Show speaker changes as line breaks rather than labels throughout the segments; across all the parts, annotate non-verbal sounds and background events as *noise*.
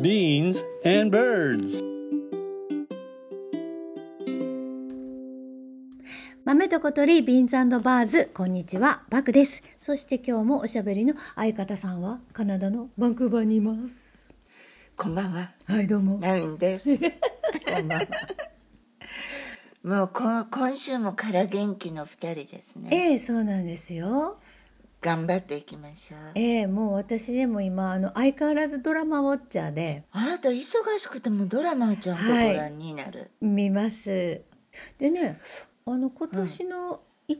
Beans and birds.
豆と小鳥ビーンズバーズこんにちはバクですそして今日もおしゃべりの相方さんはカナダのバンクーバーにいます
こんばんは、
はいどうも
ナウィンです。こんばんは。もうこ今週もから元気の二人ですね。
ええそうなんですよ
頑張っていきましょう。
ええもう私でも今あの相変わらずドラマウォッチャーで
あなた忙しくてもドラマちゃんとご覧になる。
見ますでねあの今年の1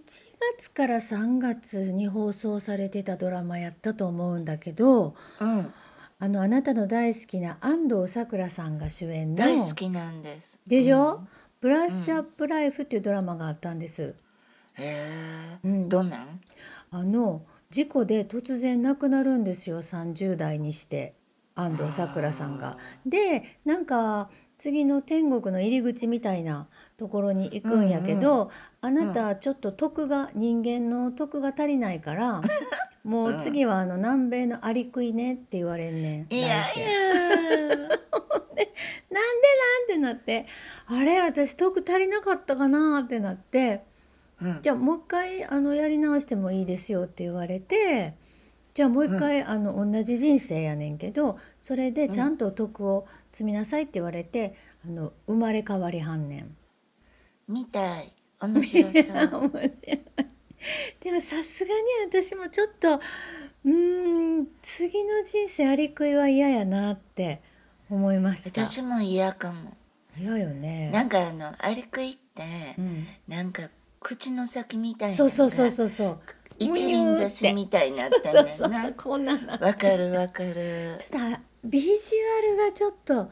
月から3月に放送されてたドラマやったと思うんだけど
うん、
あのあなたの大好きな安藤サクラさんが主演の
大好きなんです。
でしょ、
うん
ブラッシュアップライフっていうドラマがあったんです。
へえ、
うん
どんなん？
あの事故で突然亡くなるんですよ30代にして安藤サクラさんが。でなんか次の天国の入り口みたいなところに行くんやけど、あなたちょっと徳が人間の徳が足りないから、もう次はあの南米のアリクイねって言われんねん。
いや
男
い
性
や。
なんでなんってなってあれ私徳足りなかったかなってなって。
うん
じゃあもう一回あのやり直してもいいですよって言われてじゃあもう一回、あの同じ人生やねんけどそれでちゃんと徳を積みなさいって言われて、あの生まれ変わり半年。
見たい。面白そ
*laughs*
う。
面白いでもさすがに私もちょっとうーん次の人生ありくいは嫌やなって思いました。
私も嫌かも。
嫌よね。
なんかあのアリクイって、
うん、
なんか口の先みたいなの
そう
が
そうそうそうそう。
一輪差しみたいになってん
そ
だ
う *laughs* そ
よ
うそ
な
う。こんなの。
わかるわかる。
ちょっとあビジュアルがちょっと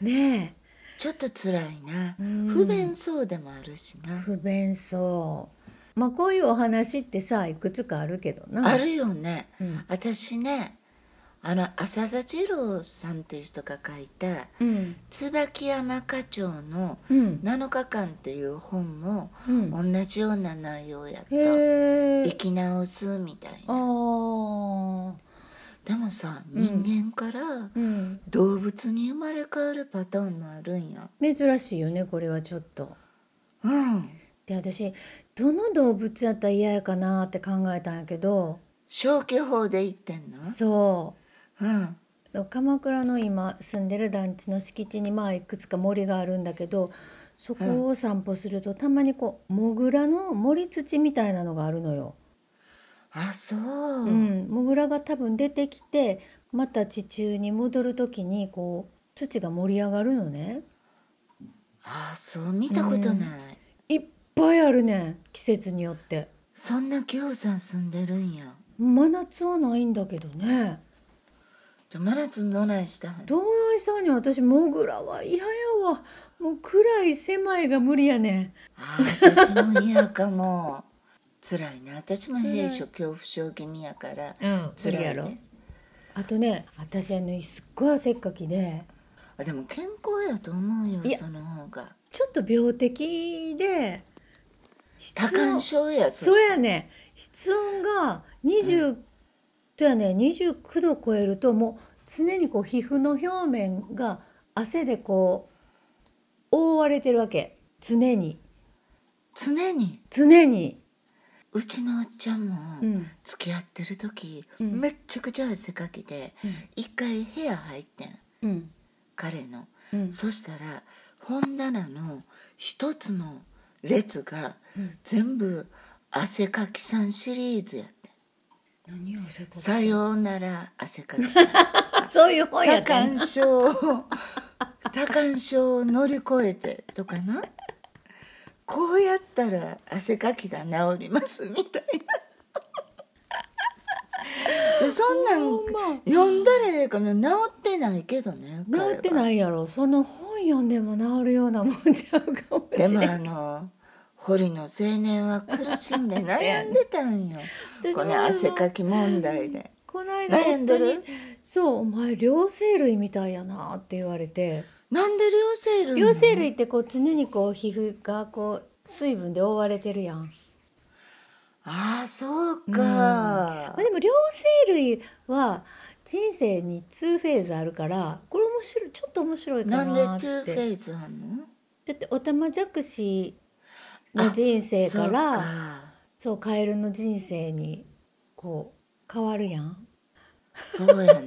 ね
ちょっと辛いな。
うん
不便そうでもあるし
え
な。
不便そうまあこういうお話ってさいくつかあるけどな
あるよね。
うん
私ね、あの浅田次郎さんっていう人が書いた
うん
椿山花鳥の
うん
7日間っていう本も
うん
同じような内容やった。
へ
生
え
き直すみたい
ああ
な。でもさ、
ん
人間から
うん
動物に生まれ変わるパターンもあるんや。
珍しいよねこれはちょっと
うん。
で私どの動物やったら嫌やかなって考えたんやけど
消去法で言ってんの
そう
うん。
鎌倉の今住んでる団地の敷地にまあいくつか森があるんだけどそこを散歩するとたまにこうモグラの森土みたいなのがあるのよ。
あ、そう。
うん、モグラが多分出てきてまた地中に戻る時にこう土が盛り上がるのね。
ああそう見たことない、
いっぱいあるねん季節によって。
そんなぎょうさん住んでるんや
真夏はないんだけどね。
じゃあ真夏どないしたん
道内さんに私モグラは嫌やわ。もう暗い狭いが無理やねん。
ああ私も嫌かも辛いな私も閉所恐怖症気味やから
うん無理
辛
や
い
ろ
です
あとね私あのすっごい汗っかきで
あでも健康やと思うよ
いや
その方が
ちょっと病的で室
多
温
感症やそ
そうやね室温が20、とやね29度超えるともう常にこう皮膚の表面が汗でこう覆われてるわけ常に
常に
常に、
うちのおっちゃんも
うん、
付き合ってる時、
うん
めっちゃくちゃ汗かきで、
うん
一回部屋入ってん
うん
彼の
うん
そしたら本棚の一つの列が全部汗かきさんシリーズやって
何を汗か
「
き
さようなら汗かきさん」
あそういう本や
多
ったん
感症を多感症を乗り越えてとかなこうやったら汗かきが治りますみたいなでそんなん
ほんま
読んだらええかな治ってないけどね彼は
治ってないやろその本読んでも治るようなもんちゃうかもし
で
れ
も
ない
あの堀の青年は苦しんで悩んでたんよ
*laughs* 私も
この汗かき問題で
この間
悩ん
本
で
当
る
にそうお前両生類みたいやなって言われて
なんで両生類な
両
の
生類ってこう常にこう皮膚がこう水分で覆われてるやん、
ああそう
まあ
か、
でも両生類は人生に2フェーズあるからこれ面白いちょっと面白いか
なんで
なっ
2フ
て
ェーズあんの
だっておたまじゃくしの人生か
そう
ら
か
そうカエルの人生にこう変わるやん。
そうやね。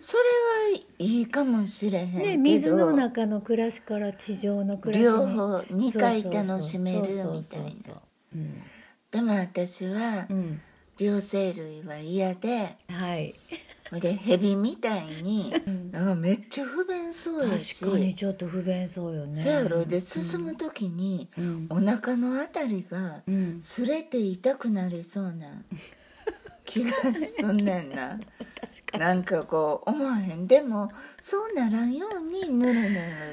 それはいいかもしれへんけど、
ね水の中の暮らしから地上の暮らしに
両方二回楽しめるみたいな。
そうそうそうそううん
でも私は
うん
両生類は嫌で、
はい
でヘビみたいに
ん
なんかめっちゃ不便そうやし、
確かにちょっと不便そうよね。
そうやろで進む時に
うん
お腹のあたりが
うん
すれて痛くなりそ
*laughs*
うな気がすんねんな。なんかこう思わへんでもそうならんようにぬるぬる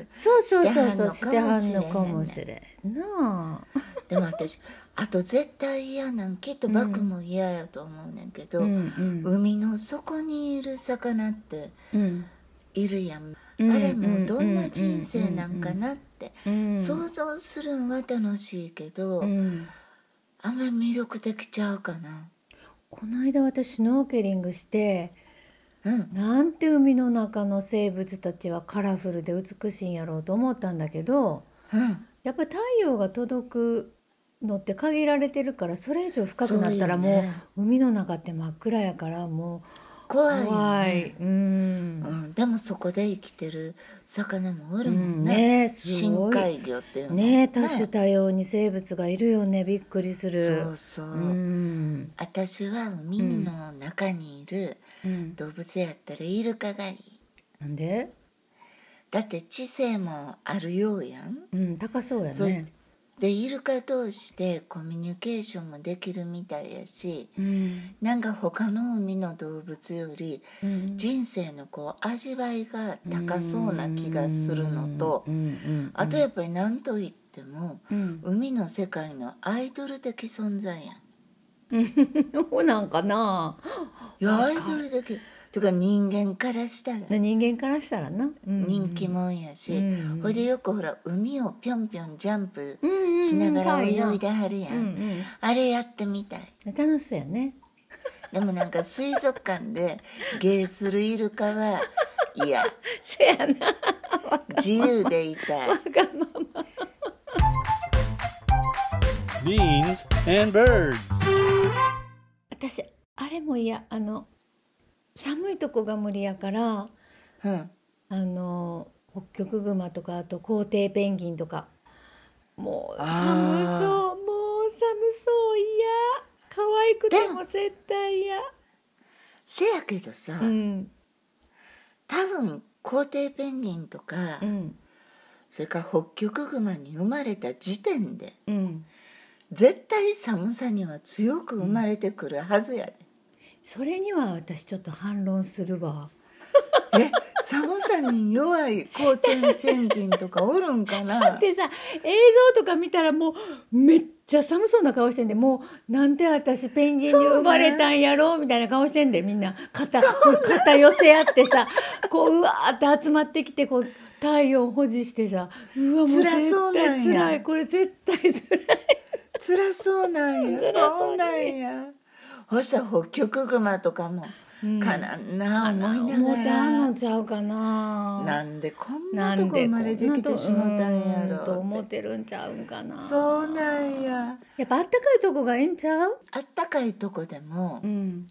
そうそうそうそうし
してて
は
は
ん
ん
の
の
か
か
も
も
し
し
れんなあ。
でも私あと絶対嫌なんきっとバクも嫌やと思うねんけど、
うん
海の底にいる魚って
うん
いるやん、
うん
あれもどんな人生なんかなって
うん
想像するんは楽しいけど、
うん
あんまり魅力的ちゃうかな
この間私シュノーケリングして
うん
なんて海の中の生物たちはカラフルで美しいんやろうと思ったんだけど
うん
やっぱり太陽が届くのって限られてるからそれ以上深くなったら
そう
も
よ
う
ね
海の中って真っ暗やからもう
怖いよね
怖い。うん
うん、でもそこで生きてる魚もおるもん
うん
ね,、
ねす
深
ごい
海魚っていうの
ねえ多種多様に生物がいるよねびっくりする。
そうそう、
うん
私は海の中にいる
うん
動物やったらイルカがいい
なんで？
だって知性もあるようやん、
うん高そうや
そう
ね。
でイルカ同士でコミュニケーションもできるみたいやし
うん
なんか他の海の動物より
うん
人生のこう味わいが高そうな気がするのと
うんうん
あとやっぱり何といっても
うん
海の世界のアイドル的存在やん
そうなんかな。
いやアイドル的とか人間からしたら
人間からしたらな。うん
人気もんやし、
うん
ほいでよくほら海をぴょんぴょんジャンプ
うんうんうん
しながら
可愛
泳
い
いではるやん、
うん
あれやってみたい
うん楽しそうやね。
でもなんか水族
*laughs*
館で芸するイルカはいや
せやな。
自由でいた
*laughs*
い
我
Beans and birds.
私あれもいやあの寒いとこが無理やから。
うん
あのホッキョクグマとかあと皇帝ペンギンとかもう
あ
寒そう
ー
もう寒そういや可愛くても絶対嫌
せやけどさ、
うん
多分皇帝ペンギンとか、
うん
それから北極熊に生まれた時点で
うん
絶対寒さには強く生まれてくるはずやで、
それには私ちょっと反論するわ
え寒さに弱い皇帝ペンギンとかおるんか
*laughs*
な
でさ映像とか見たらもうめっちゃ寒そうな顔してんでもうなんで私ペンギンに生まれたんやろうみたいな顔してんでみんな肩肩寄せ合ってさこううわーって集まってきてこう体温保持してさうわもう
辛そう
絶
な
対
んや
辛いこれ絶対辛い
辛そうなん
*laughs*
やそうなんやそしたらホッキョクグマとかもかなんな思い
思う
な
て
が
あ
ら、
んのちゃうかな
なんでこん
な
なと
ん
こ
で
生
こ
まれてきてしもたん
ん
や
なとうーんと
ろ
思
う
っ
って
てるんちゃうんかな
そうなんや
やっぱあったかいとこがええんちゃう
あったかいとこでも
うん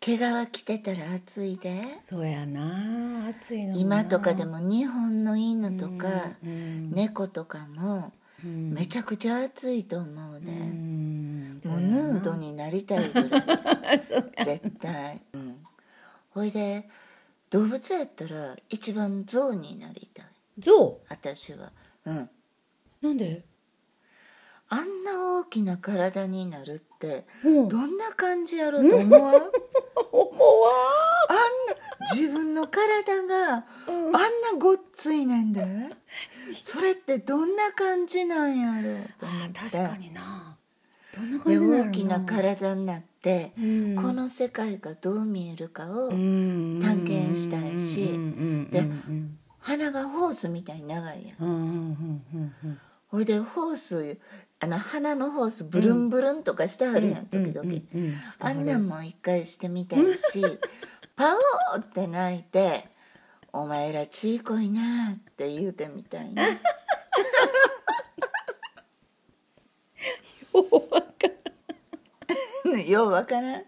毛皮着てたら暑いで
そうやな暑いのもな
今とかでも日本の犬とか
うん
猫とかも
うん
めちゃくちゃ暑いと思うで、
うん
もうヌードになりたいぐらい *laughs* 絶対、うん、ほいで動物やったら一番象になりたい
象
私はうん
なんで
あんな大きな体になるって
うん
どんな感じやろと思わんあんな
思わ
自分の体があんなごっついねんでそれってどんな感じなんやろと思
あ
って
確かになどんな感
で
じだろう
大きな体になって、
うん
この世界がどう見えるかを、
探
探検したいし
うん
で
うん
鼻がホースみたいに長いやん
うんうんうんうん
ほいでホースあの鼻のホースブルンブルンとかしてはるやん、時々、
うんうんうん
*laughs* あんなんも一回してみたいしパオーって泣いて「お前らちいこいな」って言うてみたい *laughs* な *laughs* ようわからん
こ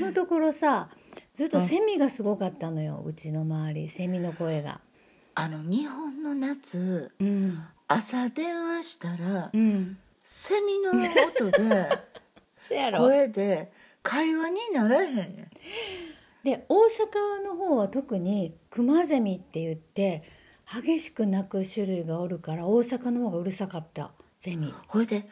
のところさずっとセミがすごかったのよ、うちの周りセミの声が。
あの日本の夏
うん
朝電話したら
うん、
セミの音 *laughs* で
そやろ
声で会話にならへんねん
で大阪の方は特にクマゼミって言って激しく鳴く種類がおるから大阪の方がうるさかったゼミ。
ほいで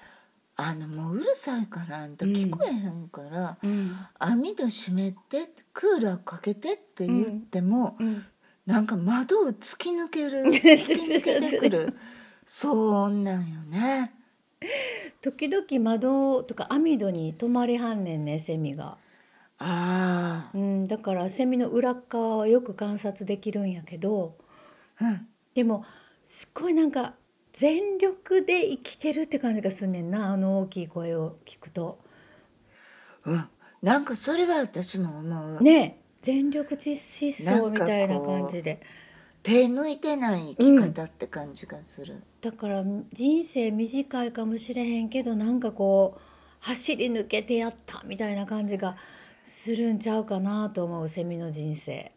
あのもううるさいからあんた聞こえへんから、
うん
網戸閉めてクーラーかけてって言っても、
うん
なんか窓を突き抜ける
す
突
る
き抜けてく
*laughs*
るそうなんよね
時々窓とか網戸に止まりはんねんねセミが、
あ
うん、だからセミの裏っ側はよく観察できるんやけど
あうん
でもすっごいなんか全力で生きてるって感じがすんねんなあの大きい声を聞くと
うんなんかそれは私も思う、
ねえ全力実疾走みたいな感じで
手抜いてない生き方って感じがする、
だから人生短いかもしれへんけどなんかこう走り抜けてやったみたいな感じがするんちゃうかなと思うセミの人生。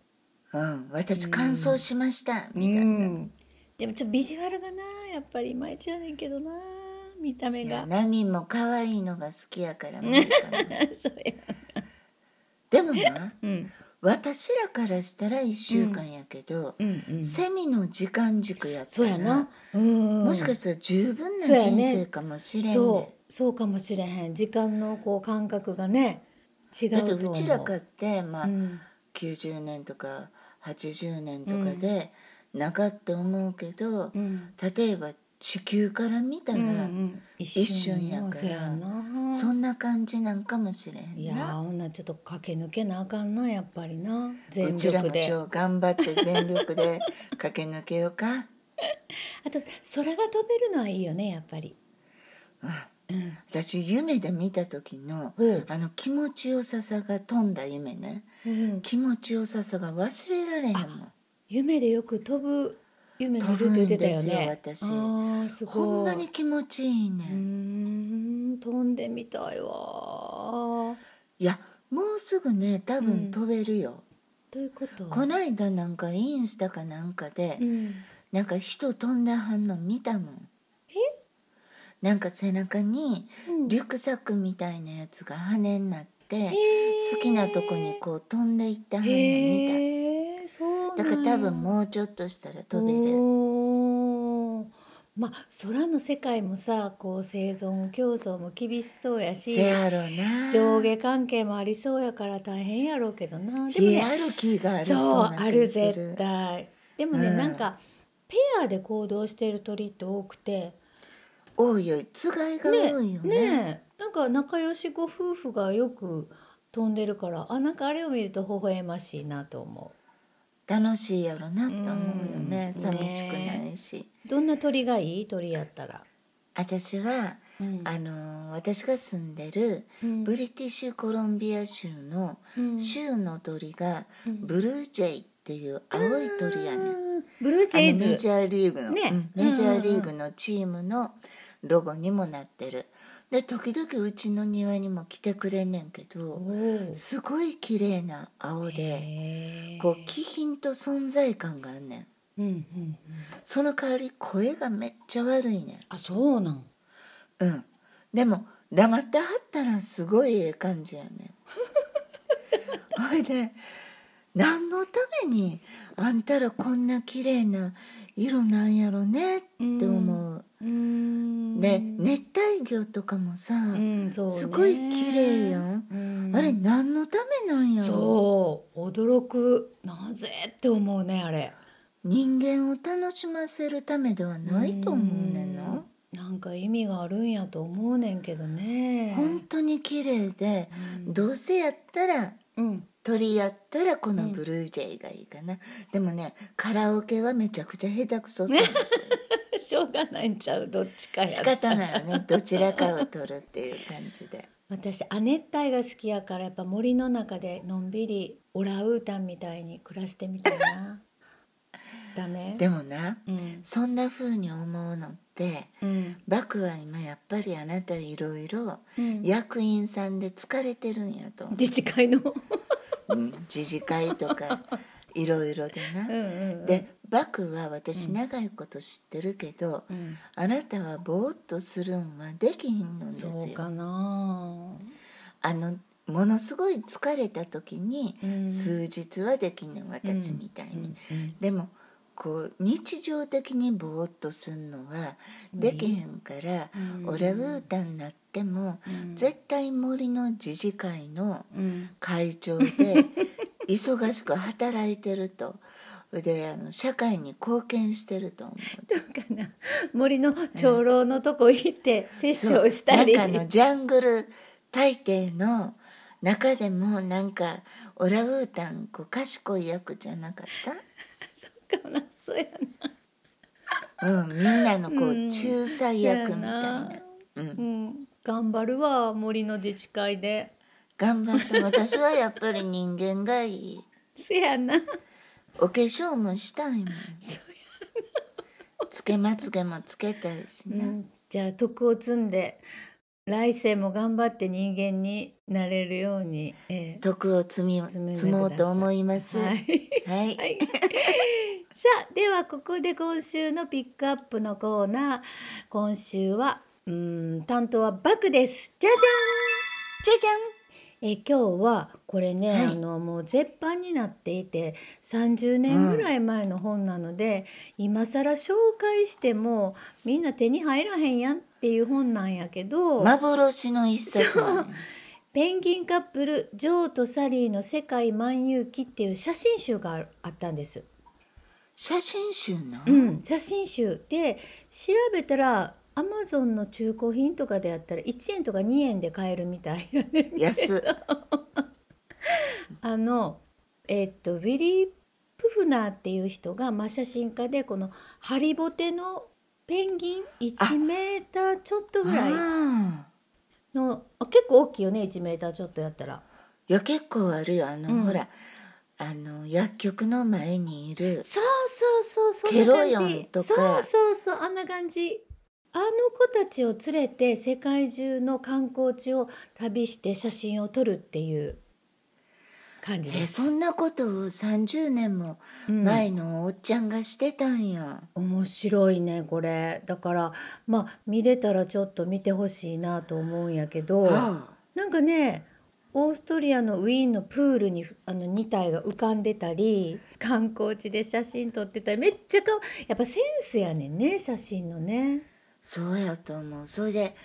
うん、私乾燥しました、みたいな、
うん、でもちょっとビジュアルがなやっぱりいまいちやねんけどな見た目
いや
が
ナミも可愛いのが好きやから見るかな
*laughs* そうや、
でもな
うん、
私らからしたら1週間やけど、
うんうん
セミの時間軸やった
そう
ら
やなうん
もしかしたら十分な
そうや
人
ね
生かもしれんね
そうそうかもしれへん時間のこう感覚がね違うと
だっ
思
て
う
うちらかって、まあ
うん
90年とか80年とかでなかった思うけど、
うん
例えば地球から見た
う
ら、
んうん一瞬やから
一瞬やから
そうやな
そんな感じなんかもしれん
いやー
な。
女ちょっと駆け抜けなあかんなやっぱりな
う
全
ちらも
力で
今日頑張って全力で *laughs* 駆け抜けようか
あと空が飛べるのはいいよねやっぱりうん
私夢で見た時の
うん
あの気持ちよささが飛んだ夢ね
うん
気持ちよささが忘れられへんもん
夢でよく飛ぶ夢見るって言ってたよね
飛ぶんです
あ
よ
ーすごい
ほんまに気持ちいいうね、
ーん飛んでみたいわ
いやもうすぐね多
うん
分飛べるよ、
どういうこと
こないだなんかインスタかなんかで、
うん
なんか人飛んだはんの見たもんなんか背中に
うん
リュックサックみたいなやつが羽になって、好きなとこにこう飛んでいったはんの見
へえそう
ただから多分もうちょっとしたら飛べる
るまあ空の世界もさこう生存競争も厳しそうやし
せやろな
上下関係もありそうやから大変やろうけどなでも
ヒ
ね
エラルキーがある
そう
な
あ
気
る
する
絶対でもね、
うん
なんかペアで行動している鳥って多くて
多いよつがいが
ね
多いよね
ねえなんか仲良しご夫婦がよく飛んでるからあなんかあれを見ると微笑ましいなと思
楽しいやろなと思うよね、
うん
寂しくないし、
うどんな鳥がいい鳥やったら、
私は
うん
あのー私が住んでるブリティッシュコロンビア州の
うん
州の鳥が
うん
ブルージェイっていう青い鳥やねん、
うんブルージ
あ
ェ
のメ
イ
ジ
ズ
ャーリーグの、
ね
うん
うんうんうん
メジャーリーグのチームのロゴにもなってるで時々うちの庭にも来てくれんねんけどすごい綺麗な青でこう気品と存在感があんねん
う、うんうん、
その代わり声がめっちゃ悪いねん
あそうなん
うんでも黙ってはったらすごいええ感じや
*laughs*
ねんほいで何のためにあんたらこんな綺麗な色なんやろねって思う、
うん
で熱帯魚とかもさ、
うんそうね
すごい綺麗やん
うん
あれ何のためなんやろ
そう驚くなぜって思うねあれ
人間を楽しませるためではないと思うねんな、
うんなんか意味があるんやと思うねんけどね
本当に綺麗で、どうせやったら
うん *laughs*
鳥やったらこのブルージェイがいいかな、でもねカラオケはめちゃくちゃ下手くそそう、
しょうがないんちゃうどっちかや
仕方ないよねどちらかを取るっていう感じで
私亜熱帯が好きやからやっぱ森の中でのんびりオランウータンみたいに暮らしてみたい *laughs* なダメ
でもな
うん
そんな風に思うのって
うん
バクは今やっぱりあなたいろいろ
うん
役員さんで疲れてるんやと思う
自治会の
うん自治会
*laughs*
とかいろいろで
うんう
な。
んうん
でバクは私長いこと知ってるけど、
うん
あなたはぼーっとするんはできひんのですよ。
そうかな
あのものすごい疲れた時に、
うん
数日はできんの私みたいに。
うん
でもこう日常的にぼーっとするのはできへんから、
うん
オラウータンになっても、
うん
絶対森の自治会の
うん
会長
*laughs*
で忙しく働いてるとであの社会に貢献してると思う。
どうかな森の長老のとこ行って殺生をしたり
そう中のジャングル大帝の中でもなんかオラウータンこう賢い役じゃなかった
かな *laughs* そうやな
うん、みんなのこう、
うん
仲裁役みたいな
そうやな。
うん、
うん頑張るわ森の自治会で
頑張って私はやっぱり人間がいい
せやな
お化粧もしたいもんつけまつげもつけたいし
う
な、
んじゃあ徳を積んで来世も頑張って人間になれるように、えー
徳を積み
積み上げ
積もうと思います
は
はいい、、 *laughs*
はい、 *laughs* さあではここで今週のピックアップのコーナー今週はうーん担当はバクですじゃじゃ
じゃじゃ
ん
ん
えー今日はこれね、
はい
あのもう絶版になっていて30年ぐらい前の本なので、今更紹介してもみんな手に入らへんやんっていう本なんやけど、
幻の一冊なのよ
ペンギンカップルジョーとサリーの世界漫遊記っていう写真集があったんです。
写真集な、
うん、写真集で調べたらアマゾンの中古品とかであったら1円とか2円で買えるみたいな *laughs* ね
安っ
あのえっとウィリー・プフナーっていう人が、まあ、写真家でこのハリボテのペンギン1メーターちょっとぐらい
ああ
のあ結構大きいよね1メーターちょっとやったら。
いや結構あるよあの、
うん
ほらあの薬局の前にいる
そうそうそうそんな感じ
ケロヨンとか
そうそうそうあんな感じあの子たちを連れて世界中の観光地を旅して写真を撮るっていう感じで
え
す、
そんなことを30年も
うん
前のおっちゃんがしてたんや、
面白いねこれだからまあ見れたらちょっと見てほしいなと思うんやけど
ああ
なんかねオーストリアのウィーンのプールにあの2体が浮かんでたり観光地で写真撮ってたりめっちゃかわやっぱセンスやねんね写真のね。
そうやと思うそれで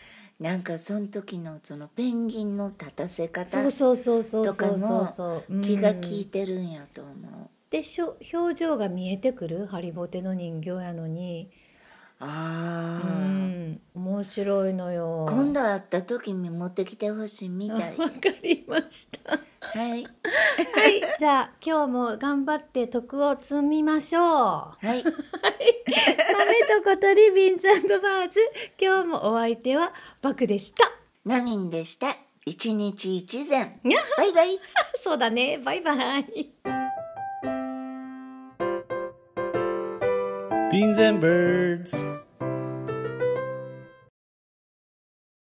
なんかその時のそのペンギンの立たせ方
そうそうそうそうそうそうそう、うん
気が利いてるんやと思う、
でしょ表情が見えてくるハリボテの人形やのにう
ああ、
ん面白いのよ
今度会った時に持ってきてほしいみたい
わかりましたは
はい
いじゃあ今日も頑張って徳を積みましょう
はい
豆と小鳥ビンズバーズ今日もお相手はバクでした
ナミンでした一日一善
にゃ
バイバイ
そうだねバイバイ
Beans and birds.